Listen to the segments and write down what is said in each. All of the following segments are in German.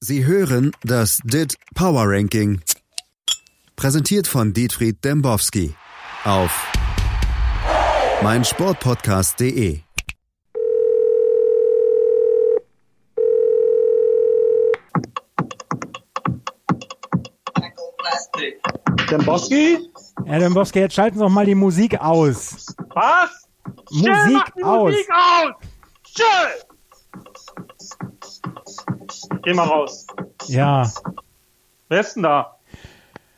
Sie hören das DIT Power Ranking. Präsentiert von Dietfried Dembowski auf meinsportpodcast.de. Dembowski? Herr Dombowski, jetzt schalten Sie doch mal die Musik aus. Was? Musik Schnell, mach die aus. Musik aus! Schnell! Geh mal raus. Ja, Wer ist denn da?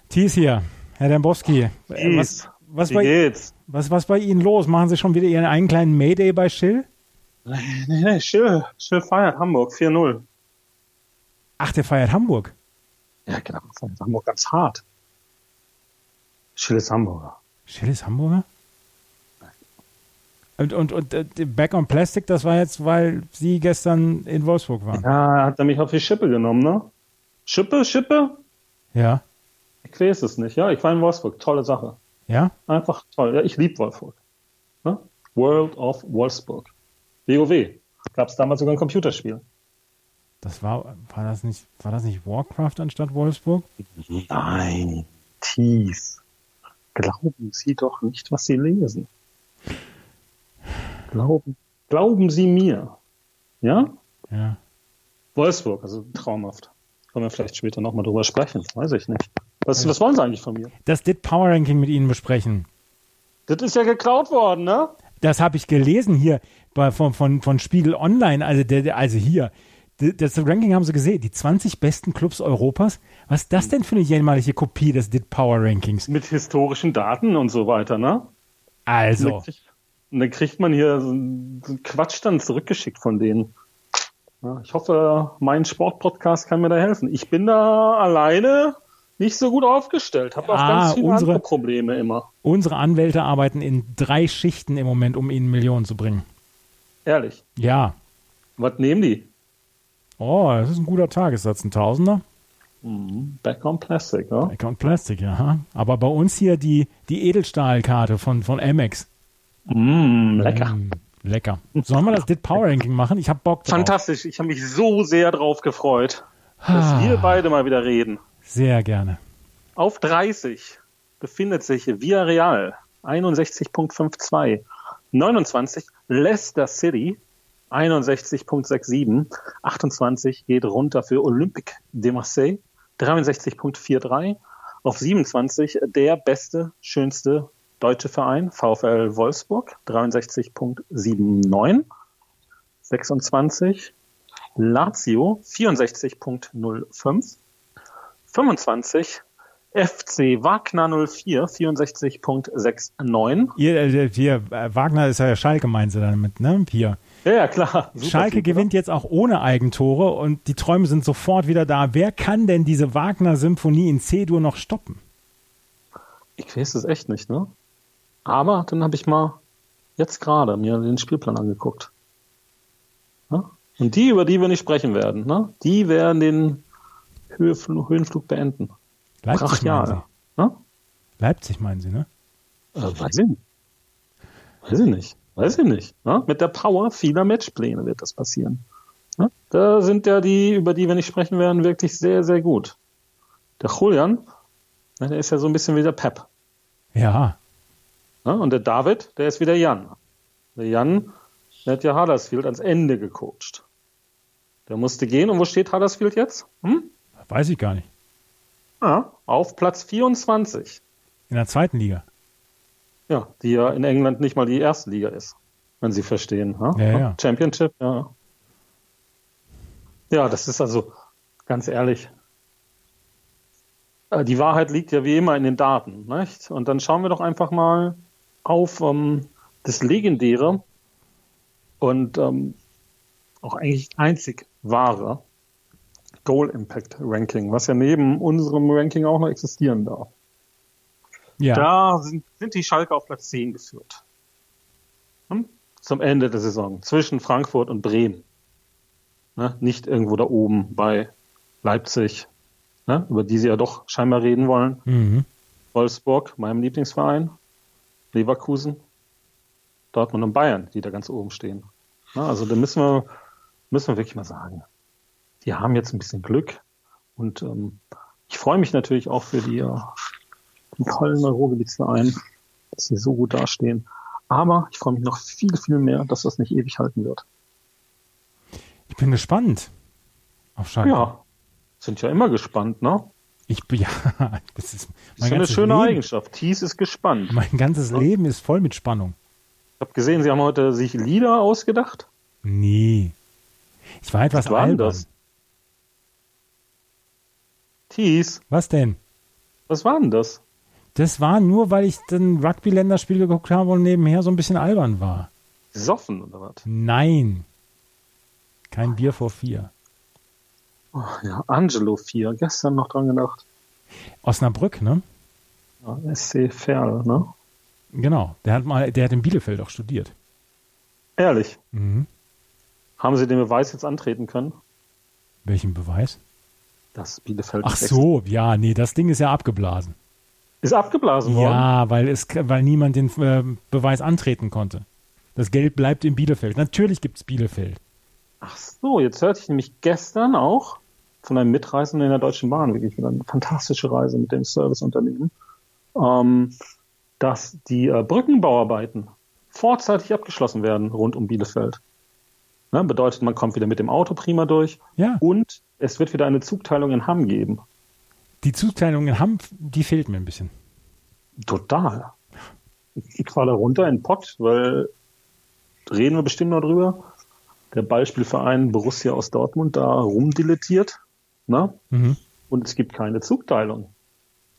Thies hier. Herr Dombowski, äh, was, Thies, was, Wie bei, geht's? was, was bei Ihnen los? Machen Sie schon wieder Ihren einen kleinen Mayday bei Schill? Nee, nee, Schill, Schill feiert Hamburg 4-0. Ach, der feiert Hamburg. Ja, genau. feiert Hamburg ganz hart. Schill ist Hamburger. Schill ist Hamburger? Und, und, und äh, Back on Plastic, das war jetzt, weil Sie gestern in Wolfsburg waren. Ja, hat er mich auf die Schippe genommen, ne? Schippe, Schippe? Ja, Ich weiß es nicht, ja. Ich war in Wolfsburg. Tolle Sache. ja, Einfach toll. Ja, ich liebe Wolfsburg. Ne? World of Wolfsburg. WoW. Gab's damals sogar ein Computerspiel. das war, war das nicht, war das nicht Warcraft anstatt Wolfsburg? Nein, Thies. Glauben Sie doch nicht, was Sie lesen. Glauben, glauben Sie mir. Ja? Ja. Wolfsburg, also traumhaft. Können wir vielleicht später nochmal drüber sprechen. Weiß ich nicht. Was, was wollen Sie eigentlich von mir? Das Dit Power Ranking mit Ihnen besprechen. Das ist ja geklaut worden, ne? Das habe ich gelesen hier bei, von, von, von Spiegel Online. Also, der, der, also hier, D- das Ranking haben sie gesehen. Die 20 besten Clubs Europas. Was ist das denn für eine jämmerliche Kopie des DIT Power Rankings? Mit historischen Daten und so weiter, ne? Also, Und dann kriegt man hier so einen Quatsch dann zurückgeschickt von denen. Ja, ich hoffe, mein Sportpodcast kann mir da helfen. Ich bin da alleine nicht so gut aufgestellt, habe auch Ah, ganz viele unsere- andere Probleme immer. unsere Anwälte arbeiten in drei Schichten im Moment, um ihnen Millionen zu bringen. Ehrlich. Ja. Was nehmen die? Oh, das ist ein guter Tagessatz, ein Tausender. Back on Plastic, ja? Account Plastic, ja. ha. Aber bei uns hier die, die Edelstahlkarte von, von Amex. Mm, lecker. Mm, lecker. Sollen wir das DIT Power Ranking machen? Ich habe Bock drauf. Fantastisch. Ich habe mich so sehr drauf gefreut, Ah. dass wir beide mal wieder reden. Sehr gerne. Auf 30 befindet sich Villarreal 61.52, 29 Leicester City 61.67, 28 geht runter für Olympique de Marseille 63.43, auf 27 der beste, schönste deutsche Verein VfL Wolfsburg 63.79, 26 Lazio 64.05, 25 FC Wagner 04 64.69. Ihr, äh, hier, äh, Wagner ist ja Schalke, meinen Sie damit, ne? Hier. Ja, ja, klar. Schalke Typ, gewinnt jetzt auch ohne Eigentore und die Träume sind sofort wieder da. Wer kann denn diese Wagner-Symphonie in C-Dur noch stoppen? oder? Ich weiß es echt nicht, ne? Aber dann habe ich mal jetzt gerade mir den Spielplan angeguckt. Ne? Und die, über die wir nicht sprechen werden, ne? die werden den Höhefl Höhenflug beenden. Leipzig meinen Brachial. Sie. Ne? Leipzig meinen Sie, ne? Äh, weiß ich nicht. Weiß ich nicht. Weiß ich nicht. Ne? Mit der Power vieler Matchpläne wird das passieren. Ne? Da sind ja die, über die wir nicht sprechen werden, wirklich sehr, sehr gut. Der Julian, ne, der ist ja so ein bisschen wie der Pep. Ja. Ne? Und der David, der ist wie der Jan. Der Jan, der hat ja Huddersfield ans Ende gecoacht. Der musste gehen. Und wo steht Huddersfield jetzt? Hm? Weiß ich gar nicht. Ah, auf Platz 24. In der zweiten Liga. Ja, die ja in England nicht mal die erste Liga ist, wenn Sie verstehen. Ha? Ja, ja. Championship, ja. Ja, das ist also ganz ehrlich. äh, Die Wahrheit liegt ja wie immer in den Daten, nicht? Und dann schauen wir doch einfach mal auf ähm, das legendäre und ähm, auch eigentlich einzig wahre Goal Impact Ranking, was ja neben unserem Ranking auch noch existieren darf. Ja. Da sind, sind die Schalke auf Platz 10 geführt. Hm? Zum Ende der Saison. Zwischen Frankfurt und Bremen. Ne? Nicht irgendwo da oben bei Leipzig, ne? über die sie ja doch scheinbar reden wollen. Mhm. Wolfsburg, meinem Lieblingsverein. Leverkusen, Dortmund und Bayern, die da ganz oben stehen. Ne? Also da müssen wir, müssen wir wirklich mal sagen. die haben jetzt ein bisschen Glück. Und ähm, ich freue mich natürlich auch für die, äh, die tollen Ruhrgebietsvereine, dass sie so gut dastehen. Aber ich freue mich noch viel, viel mehr, dass das nicht ewig halten wird. Ich bin gespannt auf Schalke. Ja, sind ja immer gespannt, ne? Ich bin, ja, das ist Das ist schon eine ganzes schöne Leben, Eigenschaft. Thies ist gespannt. Mein ganzes Leben ist voll mit Spannung. Ich habe gesehen, sie haben heute sich Lieder ausgedacht. Nee. Ich war etwas Was war denn albern. das? Thies, Was denn? was war denn das? Das war nur, weil ich den Rugby-Länderspiel geguckt habe und nebenher so ein bisschen albern war. Soffen oder was? Nein. Kein Bier vor vier. Oh, ja, Angelo 4, gestern noch dran gedacht. Osnabrück, ne? Ja, SC Ferl, ne? Genau. Der hat mal, der hat in Bielefeld auch studiert. Ehrlich, Mhm. haben sie den Beweis jetzt antreten können? Welchen Beweis? Das Bielefeld Ach ist- so, ja, nee, das Ding ist ja abgeblasen. ist abgeblasen worden. Ja, weil es, weil niemand den äh, Beweis antreten konnte. Das Geld bleibt in Bielefeld. Natürlich gibt's Bielefeld. Ach so, jetzt hörte ich nämlich gestern auch von einem Mitreisenden in der Deutschen Bahn, wirklich eine fantastische Reise mit dem Serviceunternehmen, ähm, dass die äh, Brückenbauarbeiten vorzeitig abgeschlossen werden rund um Bielefeld. Ne, bedeutet, man kommt wieder mit dem Auto prima durch Ja, und es wird wieder eine Zugteilung in Hamm geben. die Zuteilung in Hamm, die fehlt mir ein bisschen. Total. Ich fahre da runter in den Pott, weil reden wir bestimmt noch drüber. Der Ballspielverein Borussia aus Dortmund da rumdilettiert. Ne? Mhm. und es gibt keine Zugteilung.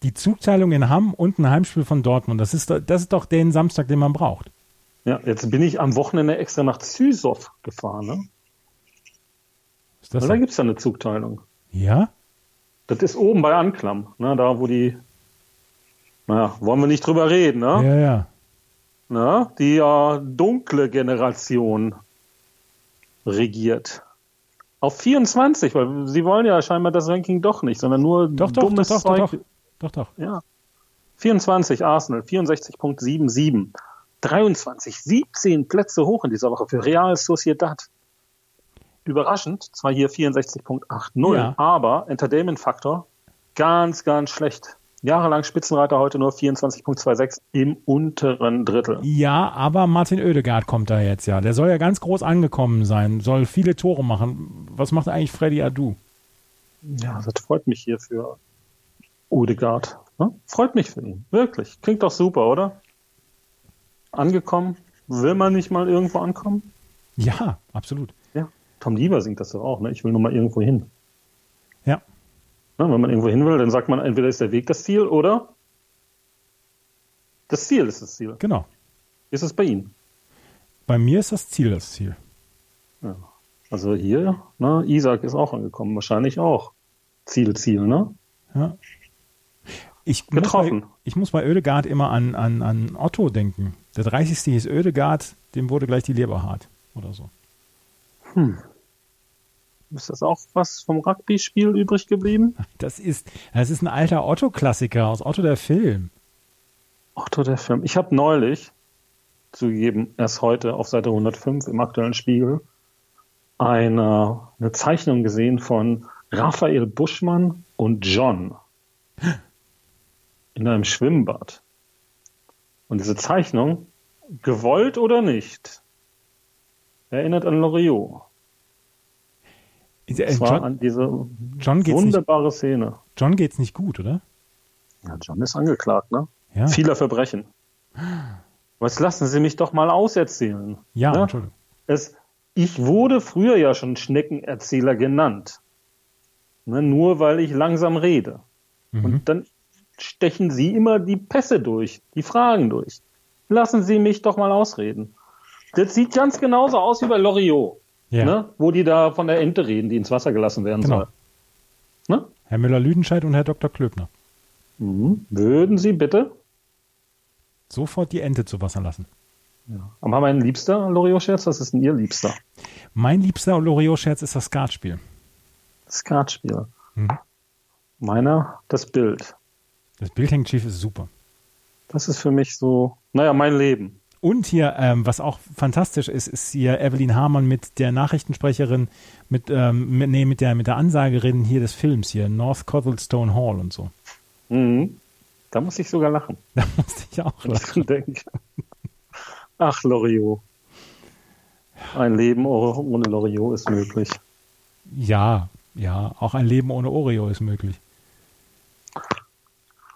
Die Zugteilung in Hamm und ein Heimspiel von Dortmund, das ist, doch- das ist doch den Samstag, den man braucht. Ja, jetzt bin ich am Wochenende extra nach Züsow gefahren, ne? Ist das Weil da gibt's ja eine Zugteilung. ja? Das ist oben bei Anklam, ne? da wo die, naja, wollen wir nicht drüber reden, ja? ne? Ja, ja. Na, die äh, dunkle Generation regiert. Auf 24, weil sie wollen ja scheinbar das Ranking doch nicht, sondern nur Doch, doch, doch, dummes doch, Zeug. doch, doch, doch, doch. Ja. 24 Arsenal, 64.77. 23, 17 Plätze hoch in dieser Woche für Real Sociedad. Überraschend, zwar hier 64.80, Ja. aber Entertainment Faktor ganz, ganz schlecht. Jahrelang Spitzenreiter, heute nur 24.26 im unteren Drittel. Ja, aber Martin Oedegaard kommt da jetzt ja. Der soll ja ganz groß angekommen sein, soll viele Tore machen. Was macht eigentlich Freddy Adu? Ja, Also das freut mich hier für Odegaard. Ne? Freut mich für ihn, wirklich. Klingt doch super, oder? Angekommen? Will man nicht mal irgendwo ankommen? Ja, absolut. Ja. Tom Lieber singt das doch auch, ne? Ich will nur mal irgendwo hin. Ja. Ne? Wenn man irgendwo hin will, dann sagt man, entweder ist der Weg das Ziel oder das Ziel ist das Ziel. Genau. Ist es bei Ihnen? Bei mir ist das Ziel das Ziel. Ja. Also hier, ne? Isaac ist auch angekommen, wahrscheinlich auch. Ziel, Ziel, ne? Ja. Ich Getroffen. Muss bei, ich muss bei Oedegaard immer an, an, an Otto denken. Der 30. hieß Oedegaard, dem wurde gleich die Leber hart oder so. Ist das auch was vom Rugby-Spiel übrig geblieben? Das ist, das ist ein alter Otto-Klassiker aus Otto der Film. Otto der Film. Ich habe neulich, zugegeben, erst heute auf Seite 105 im aktuellen Spiegel, eine, eine Zeichnung gesehen von Raphael Buschmann und John in einem Schwimmbad. Und diese Zeichnung, gewollt oder nicht, erinnert an Loriot. Äh, Es war John, an diese John geht's nicht, wunderbare Szene. John geht's nicht gut, oder? Ja, John ist angeklagt, ne? Ja. Vieler Verbrechen. Aber Jetzt lassen Sie mich doch mal auserzählen. Ja, ne? Entschuldigung. es, ich wurde früher ja schon Schneckenerzähler genannt. Ne, nur weil ich langsam rede. Mhm. Und dann stechen sie immer die Pässe durch, die Fragen durch. Lassen Sie mich doch mal ausreden. Das sieht ganz genauso aus wie bei Loriot, Ja. ne? wo die da von der Ente reden, die ins Wasser gelassen werden Genau. soll. Ne? Herr Müller-Lüdenscheid und Herr Dr. Klöbner. Mhm. Würden Sie bitte, Sofort die Ente zu Wasser lassen. aber mein liebster Loriot-Scherz, was ist denn Ihr liebster Mein liebster Loriot-Scherz ist das Skatspiel. Skatspiel? Mhm. Meiner, das Bild. Das Bild hängt schief ist super. Das ist für mich so, naja, mein Leben. Und hier, ähm, was auch fantastisch ist, ist hier Evelyn Hamann mit der Nachrichtensprecherin, mit, ähm, mit, nee, mit der, mit der Ansagerin hier des Films hier, North Cottlestone Hall und so. Mhm. Da muss ich sogar lachen, Da musste ich auch wenn ich lachen. dran denke. Ach, Loriot. Ein Leben oh, ohne Loriot ist möglich. Ja, ja, auch ein Leben ohne Oreo ist möglich.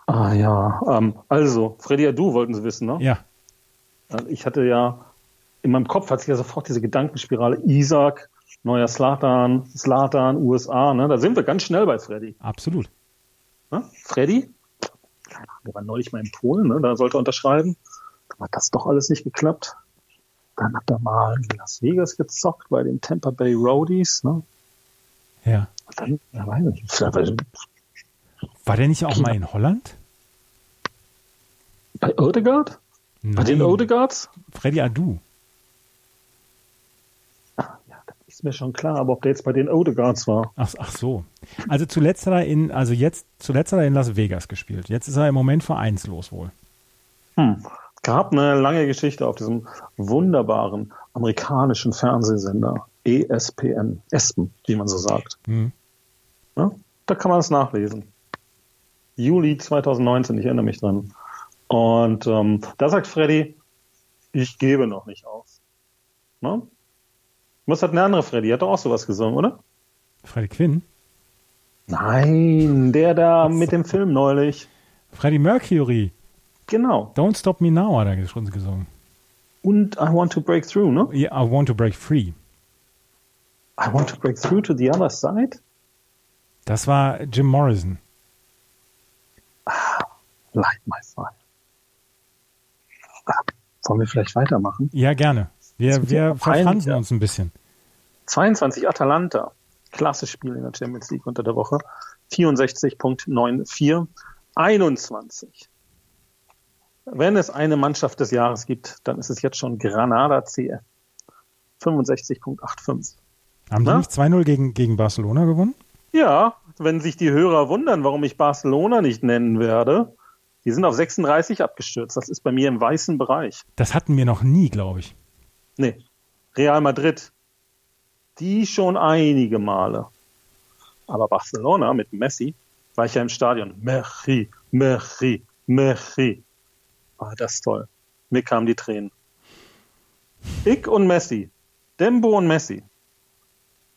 Ah ja, ähm, also, Freddy Adu wollten Sie wissen, ne? Ja, Äh, Ich hatte ja, in meinem Kopf hat sich ja sofort diese Gedankenspirale, Isaac, neuer Slatan, Slatan, USA, ne? Da sind wir ganz schnell bei Freddy. absolut. Ne? Freddy, keine Ahnung, der war neulich mal in Polen, ne? da sollte er unterschreiben. Dann hat das doch alles nicht geklappt. Dann hat er mal in Las Vegas gezockt bei den Tampa Bay Roadies. Ne? Ja. Und dann, ja, weiß ich nicht, vielleicht War der nicht auch mal Genau. in Holland? bei Odegaard? Bei den Odegaards? Freddy Adu. Ja, das ist mir schon klar, aber ob der jetzt bei den Odegaards war. Ach, ach so. Also zuletzt hat er in, also jetzt, zuletzt hat er in Las Vegas gespielt. Jetzt ist er im Moment vereinslos wohl. Hm. Gab eine lange Geschichte auf diesem wunderbaren amerikanischen Fernsehsender E ESPN, ESPN, wie man so sagt. Hm. Ne? Da kann man es nachlesen. Juli 2019, ich erinnere mich dran. Und ähm, da sagt Freddy, ich gebe noch nicht auf. Ne? Was hat eine andere Freddy? Hat doch auch sowas gesungen, oder? Freddy Quinn? Nein, der da mit dem Film neulich. Freddy Mercury. Genau. Don't Stop Me Now hat er schon gesungen. Und I want to break through, ne? Yeah, I want to break free. I want to break through to the other side. Das war Jim Morrison. Light my fire. Ah, Wollen wir vielleicht weitermachen? Ja, gerne. Wir, wird ja wir auch peinlich, verfransen ja. uns ein bisschen. 22 Atalanta. Klasse Spiel in der Champions League unter der Woche. 64.94. 21. Wenn es eine Mannschaft des Jahres gibt, dann ist es jetzt schon Granada CF. 65.85. Haben die Na? nicht 2-0 gegen, gegen Barcelona gewonnen? Ja, wenn sich die Hörer wundern, warum ich Barcelona nicht nennen werde, die sind auf 36 abgestürzt. Das ist bei mir im weißen Bereich. Das hatten wir noch nie, glaube ich. Nee, Real Madrid. Die schon einige Male. Aber Barcelona mit Messi war ich ja im Stadion. Messi, Messi, Messi. War das toll. Mir kamen die Tränen. Ich und Messi. Dembo und Messi.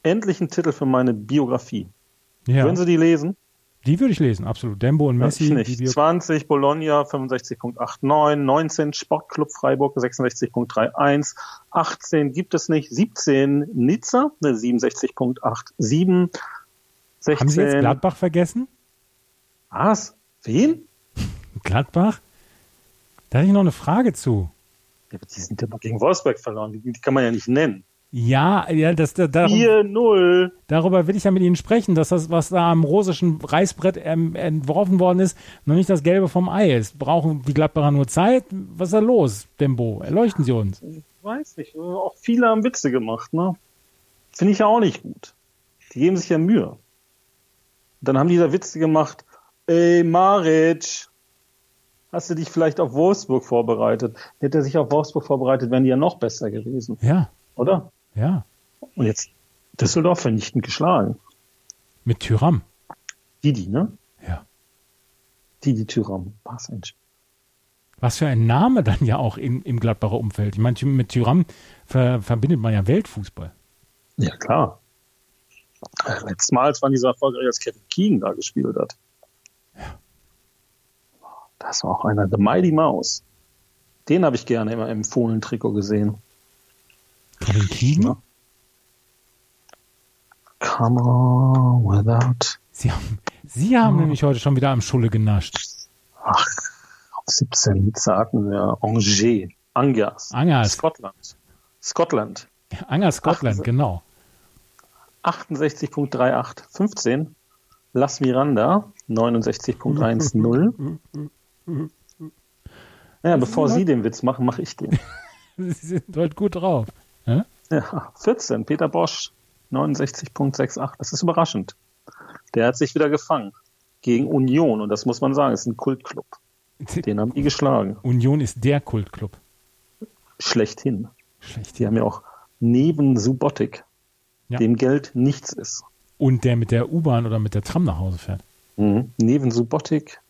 Endlich ein Titel für meine Biografie. Ja, Können Sie die lesen? die würde ich lesen, absolut. Dembo und Messi. ich die nicht. wir- 20 Bologna 65.89, 19 Sportclub Freiburg 66.31, 18 gibt es nicht, 17 Nizza ne, 67.87, 16 Haben Sie jetzt Gladbach vergessen? Was? Wen? Gladbach? Da hatte ich noch eine Frage zu. Ja, aber die sind ja mal gegen Wolfsburg verloren, die, die kann man ja nicht nennen. Ja, ja, das, da, darum, 4-0. darüber will ich ja mit Ihnen sprechen, dass das, was da am russischen Reißbrett ähm, entworfen worden ist, noch nicht das Gelbe vom Ei ist. Brauchen die Gladbacher nur Zeit? Was ist da los, Dembo? Erleuchten Sie uns. Weiß nicht, äh, auch viele haben Witze gemacht, ne? Finde ich ja auch nicht gut. Die geben sich ja Mühe. Dann haben die da Witze gemacht. Ey, Maric, hast du dich vielleicht auf Wolfsburg vorbereitet? Hätte er sich auf Wolfsburg vorbereitet, wären die ja noch besser gewesen, Ja, oder? ja. Und jetzt Düsseldorf vernichtend geschlagen. Mit Tyram. Didi, ne? Ja. Didi Thüram. Was ein Sch- Was für ein Name dann ja auch in, im Gladbacher Umfeld. Ich meine, mit Tyram ver, verbindet man ja Weltfußball. Ja, klar. Äh, Letztes Mal, als waren die so erfolgreich, als Kevin Keegan da gespielt hat. Das war auch einer, The Mighty Mouse. Den habe ich gerne immer im Fohlen-Trikot gesehen. Kevin Keegan? Ja. Come on, without. Sie haben, Sie haben nämlich heute schon wieder am Schulle genascht. Ach, auf 17 Nizza hatten wir Angers, Angers, Angers, Scotland. Scotland. Angers Scotland, Ach, genau. 68.38, 15. Las Miranda, 69.10. Ja, bevor Sie den Witz machen, mache ich den. Sie sind heute gut drauf. ne? Ja? Ja, 14. Peter Bosch, 69.68. Das ist überraschend. Der hat sich wieder gefangen. Gegen Union. Und das muss man sagen, ist ein Kultclub. Den haben die geschlagen. Union ist der Kultclub. schlechthin. Schlecht. Die haben ja auch neben Subotic, Ja. dem Geld nichts ist. Und der mit der U-Bahn oder mit der Tram nach Hause fährt. Mhm. Neben Subotic,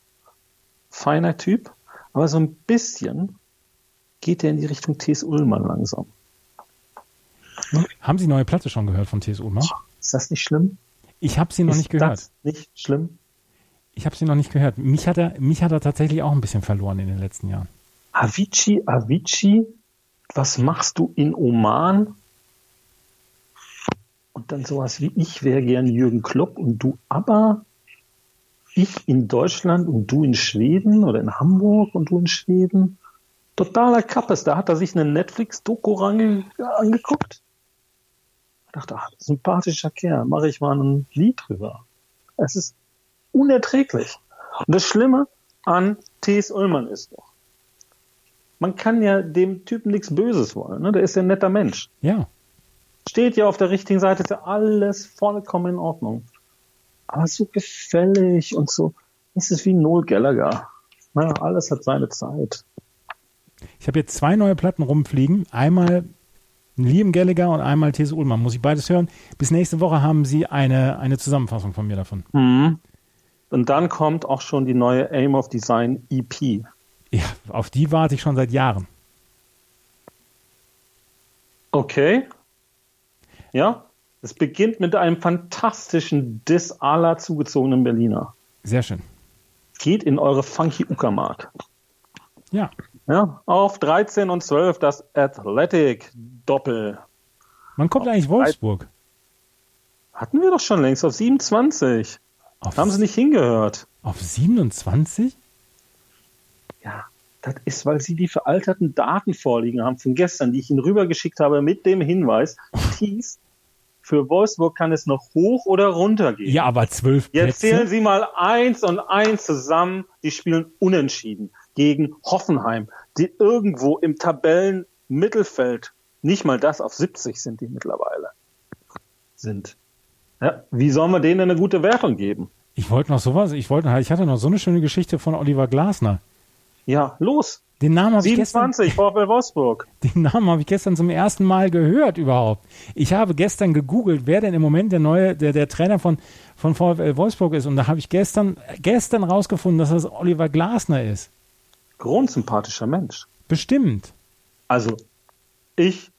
feiner Typ, aber so ein bisschen geht er in die Richtung T.S. Ullmann langsam. Haben Sie neue Platte schon gehört von TSU Ulmer? Ist das nicht schlimm? ne? Ich habe sie noch ist nicht gehört. Das nicht schlimm? Ich habe sie noch nicht gehört. Mich hat, er, mich hat er tatsächlich auch ein bisschen verloren in den letzten Jahren. Avicii, Avicii, was machst du in Oman? Und dann sowas wie ich wäre gern Jürgen Klopp und du aber ich in Deutschland und du in Schweden oder in Hamburg und du in Schweden. Totaler Kappes, da hat er sich eine Netflix-Doku range- angeguckt. Ich dachte, ach, sympathischer Kerl, mache ich mal ein Lied drüber. Es ist unerträglich. Und das Schlimme an T.S. Ullmann ist doch, man kann ja dem Typen nichts Böses wollen. Ne? Der ist ja ein netter Mensch. Ja. Steht ja auf der richtigen Seite, ist ja alles vollkommen in Ordnung. Aber so gefällig und so, es ist wie Noel Gallagher. Na, alles hat seine Zeit. Ich habe jetzt zwei neue Platten rumfliegen. Einmal Liam Gallagher und einmal These Ullmann. Muss ich beides hören. Bis nächste Woche haben Sie eine, eine Zusammenfassung von mir davon. Hm. Und dann kommt auch schon die neue Aim of Design E EP. Ja, auf die warte ich schon seit Jahren. Okay. Ja. Es beginnt mit einem fantastischen Diss aller zugezogenen Berliner. Sehr schön. Geht in eure funky Uckermark. Ja. Ja, auf 13 und 12 das Athletic Doppel. Wann kommt eigentlich Wolfsburg? Hatten wir doch schon längst auf 27. Auf, Haben Sie nicht hingehört? auf 27? Ja, das ist, weil Sie die veralterten Daten vorliegen haben von gestern, die ich Ihnen rübergeschickt habe mit dem Hinweis, Thies, für Wolfsburg kann es noch hoch oder runter gehen. Ja, aber 12 Jetzt Plätze. zählen Sie mal eins und eins zusammen. Die spielen unentschieden gegen Hoffenheim, die irgendwo im Tabellenmittelfeld, nicht mal das auf 70 sind die mittlerweile, sind. Ja, wie sollen wir denen eine gute Wertung geben? Ich wollte noch sowas, ich wollte, ich hatte noch so eine schöne Geschichte von Oliver Glasner. Ja, los. Den Namen habe ich gestern, 27, VfL Wolfsburg. den Namen habe ich gestern zum ersten Mal gehört überhaupt. Ich habe gestern gegoogelt, wer denn im Moment der neue, der, der Trainer von, von VfL Wolfsburg ist. Und da habe ich gestern, gestern rausgefunden, dass das Oliver Glasner ist. Grundsympathischer Mensch. Bestimmt. Also, ich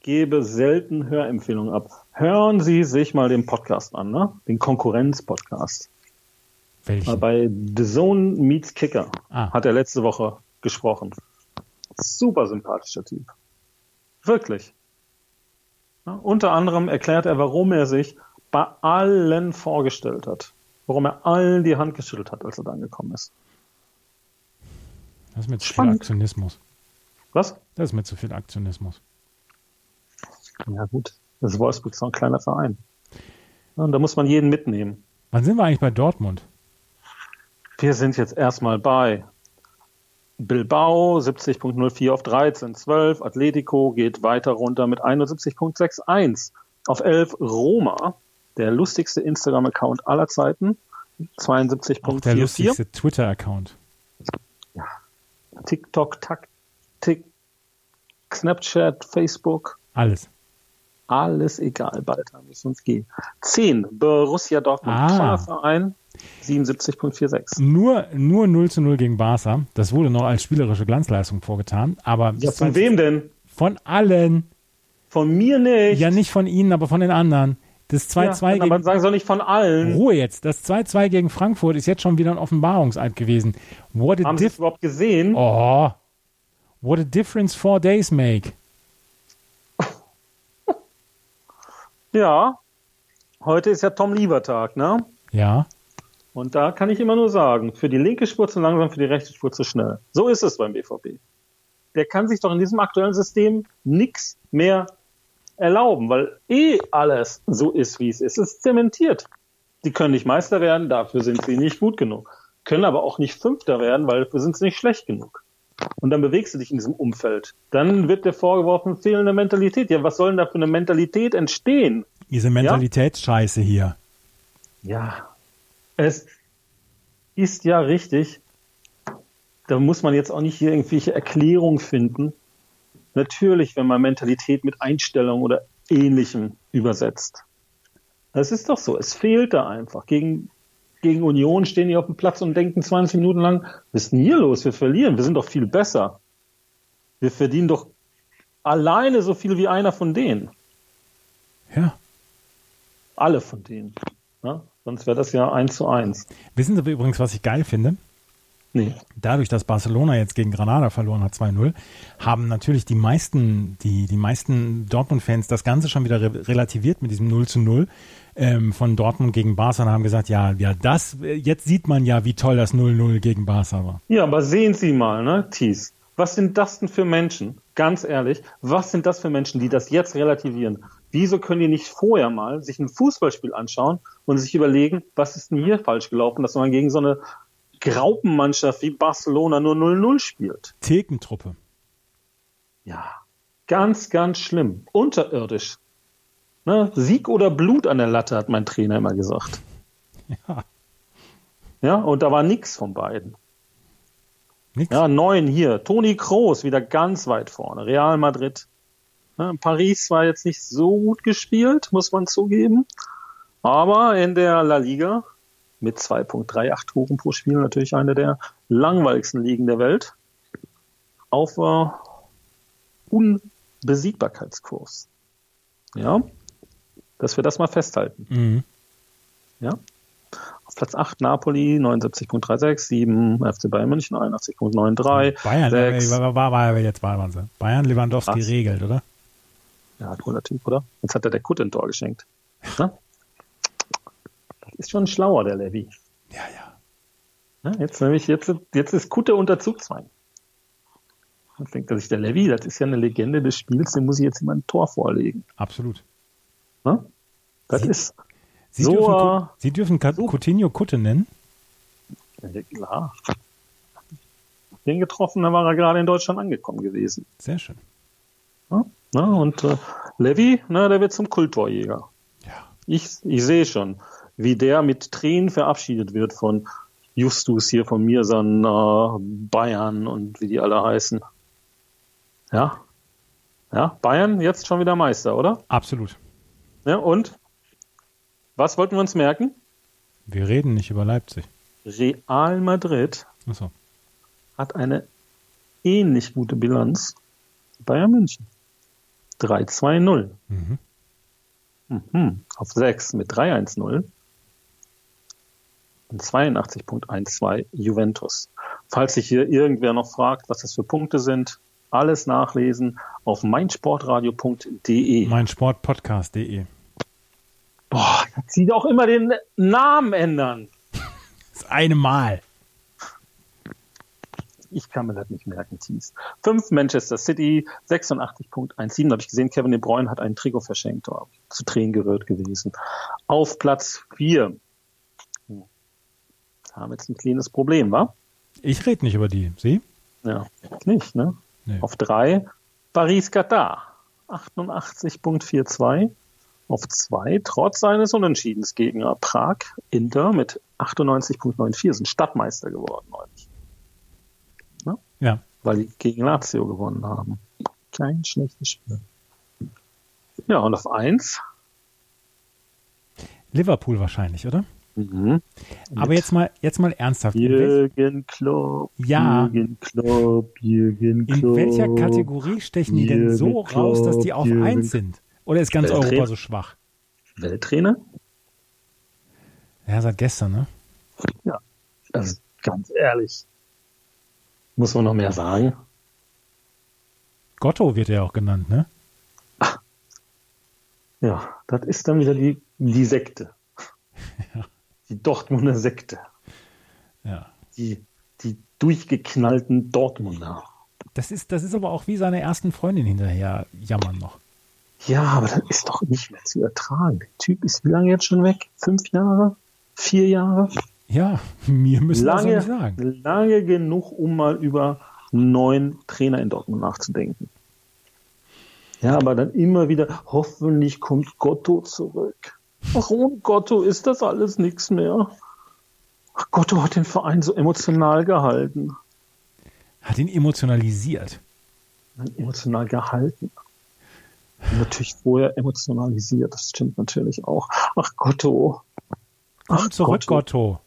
gebe selten Hörempfehlungen ab. Hören Sie sich mal den Podcast an, ne? Den Konkurrenz-Podcast. Mal Welchen? Bei The Zone Meets Kicker Ah. hat er letzte Woche gesprochen. Super sympathischer Typ. Wirklich. Ja, unter anderem erklärt er, warum er sich bei allen vorgestellt hat. Warum er allen die Hand geschüttelt hat, als er da angekommen ist. Das ist mir zu viel Spannend. Aktionismus. Was? Das ist mir zu viel Aktionismus. Ja, gut. Das ist Wolfsburg so ein kleiner Verein. Ja, Und da muss man jeden mitnehmen. Wann sind wir eigentlich bei Dortmund? Wir sind jetzt erstmal bei Bilbao 70.04 auf 13, 12. Atletico geht weiter runter mit 71.61. Auf 11 Roma, der lustigste Instagram-Account aller Zeiten. Also Auch 72.44. der lustigste Twitter-Account. TikTok, Taktik, Snapchat, Facebook. Alles. Alles egal, bald haben wir 5G. 10, Borussia Dortmund, Ah. ah. Verein, 77.46. Nur, nur 0 zu 0 gegen Barca. Das wurde noch als spielerische Glanzleistung vorgetan. Aber Ja, von wem denn? Von allen. Von mir nicht. Ja, nicht von ihnen, aber von den anderen. Das 2-2 ja, aber gegen. sagen soll nicht von allen. Ruhe jetzt. Das 2-2 gegen Frankfurt ist jetzt schon wieder ein Offenbarungseid gewesen. What a, Haben Sie es dif überhaupt gesehen? oh. What a difference four days make. Ja. Heute ist ja Tom Liebertag, ne? Ja. Und da kann ich immer nur sagen, für die linke Spur zu langsam, für die rechte Spur zu schnell. So ist es beim BVB. Der kann sich doch in diesem aktuellen System nichts mehr erlauben, weil eh alles so ist, wie es ist. Es ist zementiert. Die können nicht Meister werden, dafür sind sie nicht gut genug. Können aber auch nicht Fünfter werden, weil dafür sind sie nicht schlecht genug. Und dann bewegst du dich in diesem Umfeld. Dann wird dir vorgeworfen, fehlende Mentalität. Ja, was soll denn da für eine Mentalität entstehen? Diese Mentalitätsscheiße hier. Ja, es ist ja richtig, da muss man jetzt auch nicht hier irgendwelche Erklärungen finden. Natürlich, wenn man Mentalität mit Einstellung oder Ähnlichem übersetzt. Das ist doch so. Es fehlt da einfach. Gegen, gegen Union stehen die auf dem Platz und denken 20 Minuten lang, was ist denn hier los? Wir verlieren. Wir sind doch viel besser. Wir verdienen doch alleine so viel wie einer von denen. Ja. Alle von denen. Ne? Sonst wäre das ja eins zu eins. Wissen Sie übrigens, was ich geil finde? Nee. Dadurch, dass Barcelona jetzt gegen Granada verloren hat, 2-0, haben natürlich die meisten, die, die meisten Dortmund-Fans das Ganze schon wieder re relativiert mit diesem 0 zu 0 ähm, von Dortmund gegen Barca und haben gesagt, ja, ja, das, äh, jetzt sieht man ja, wie toll das 0-0 gegen Barca war. Ja, aber sehen Sie mal, ne, Thies. Was sind das denn für Menschen? Ganz ehrlich, was sind das für Menschen, die das jetzt relativieren? Wieso können die nicht vorher mal sich ein Fußballspiel anschauen und sich überlegen, was ist denn hier falsch gelaufen, dass man gegen so eine Graupenmannschaft wie Barcelona nur 0-0 spielt? Thekentruppe. Ja, ganz, ganz schlimm. Unterirdisch. Ne? Sieg oder Blut an der Latte, hat mein Trainer immer gesagt. Ja, Ja, und da war nichts von beiden. nix. Ja, neun hier. Toni Kroos wieder ganz weit vorne. Real Madrid. Ja, Paris war jetzt nicht so gut gespielt, muss man zugeben. Aber in der La Liga mit 2.38 Toren pro Spiel natürlich eine der langweiligsten Ligen der Welt. Auf äh, Unbesiegbarkeitskurs. Ja, dass wir das mal festhalten. Mhm. Ja. Auf Platz 8 Napoli 79.36, 7 FC Bayern München 81.93, Bayern, sechs- äh, war, war, war jetzt Wahnsinn. Bayern Lewandowski Was? regelt, oder? Ja, cooler Typ, oder? Jetzt hat er der Kutte ein Tor geschenkt. Ne? Das ist schon schlauer, der Levi. Ja, ja. Ne? Jetzt nämlich, jetzt, jetzt ist Kutte unter Zugzwang. Dann denkt er sich, der Levi, das ist ja eine Legende des Spiels, dem muss ich jetzt immer ein Tor vorlegen. Absolut. Ne? Das Sie- ist Sie So, dürfen, äh, Ku- Sie dürfen Ka- Coutinho Kutte nennen. ja, klar. Den getroffen, da war er gerade in Deutschland angekommen gewesen. Sehr schön. Ne? Ne? Und äh, Levi, ne, der wird zum Kulttorjäger. Ja. Ich, ich sehe schon, wie der mit Tränen verabschiedet wird von Justus hier, von Mirsan, äh, Bayern und wie die alle heißen. Ja. Ja, Bayern jetzt schon wieder Meister, oder? Absolut. Ja, und? Was wollten wir uns merken? Wir reden nicht über Leipzig. Real Madrid Achso. hat eine ähnlich gute Bilanz. wie Bayern München. 3-2-0. Mhm. Mhm. Auf 6 mit 3-1-0. Und 82.12 Juventus. Falls sich hier irgendwer noch fragt, was das für Punkte sind, alles nachlesen auf meinsportradio.de. Meinsportpodcast.de. Boah, sie doch immer den Namen ändern. Das eine Mal. Ich kann mir das nicht merken, Teams. 5 Manchester City, 86.17 habe ich gesehen. Kevin De Bruyne hat einen Trikot verschenkt, oh, zu Tränen gerührt gewesen. Auf Platz 4. Haben jetzt ein kleines Problem, wa? Ich rede nicht über die. Sie? Ja, ich nicht, ne? Nee. Auf 3 Paris-Katar, 88.42. Auf 2, trotz seines Unentschiedens gegen Prag, Inter mit 98.94 sind Stadtmeister geworden neulich. Ja. weil die gegen Lazio gewonnen haben. Kein schlechtes Spiel. Ja, und auf eins. Liverpool wahrscheinlich, oder? Mhm. Aber jetzt mal, jetzt mal ernsthaft. In, welch, Jürgen Klopp. Ja. Jürgen Klopp, Jürgen Klopp. in welcher Kategorie stechen die denn so Jürgen Klopp, raus, dass die auf Jürgen- eins sind? Oder ist ganz Welttrainer. Europa so schwach? Welttrainer? Ja, seit gestern, ne? Also ganz ehrlich. Muss man noch mehr sagen? Gotto wird ja auch genannt, ne? Ja, das ist dann wieder die, die Sekte. Die Dortmunder Sekte. Ja. Die, die durchgeknallten Dortmunder. Das ist, das ist aber auch wie seine ersten Freundin hinterher jammern noch. Ja, aber das ist doch nicht mehr zu ertragen. Der Typ ist wie lange jetzt schon weg? Fünf Jahre? Vier Jahre? Ja, mir müssen das Lange, nicht sagen. lange genug, um mal über einen neuen Trainer in Dortmund nachzudenken. Ja, aber dann immer wieder, hoffentlich kommt Gotto zurück. Ach, ohne Gotto ist das alles nichts mehr. Ach, Gotto hat den Verein so emotional gehalten. Hat ihn emotionalisiert. emotional gehalten. Und Natürlich vorher emotionalisiert, das stimmt natürlich auch. Ach Gotto. Komm zurück, Gotto.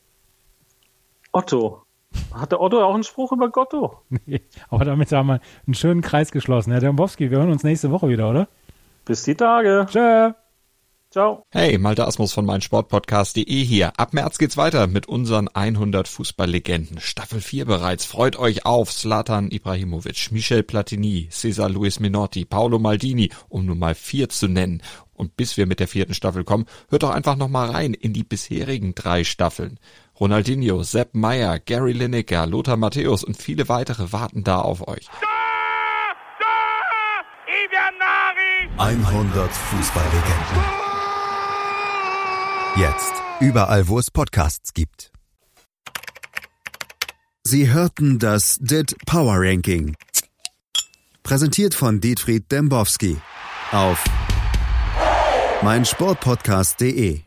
Otto. Hat der Otto auch einen Spruch über Gotto? Nee, aber damit haben wir einen schönen Kreis geschlossen. Herr Dombowski, wir hören uns nächste Woche wieder, oder? Bis die Tage. Tschö. Ciao. Hey, Malte Asmus von meinsportpodcast.de hier. Ab März geht's weiter mit unseren 100 Fußballlegenden. Staffel 4 bereits. Freut euch auf Zlatan Ibrahimovic, Michel Platini, Cesar Luis Minotti, Paolo Maldini, um nur mal vier zu nennen. Und bis wir mit der vierten Staffel kommen, hört doch einfach nochmal rein in die bisherigen drei Staffeln. Ronaldinho, Sepp Meyer, Gary Lineker, Lothar Matthäus und viele weitere warten da auf euch. 100 Fußballlegenden. Jetzt überall, wo es Podcasts gibt. Sie hörten das DIT Power Ranking. Präsentiert von Dietfried Dembowski auf meinsportpodcast.de.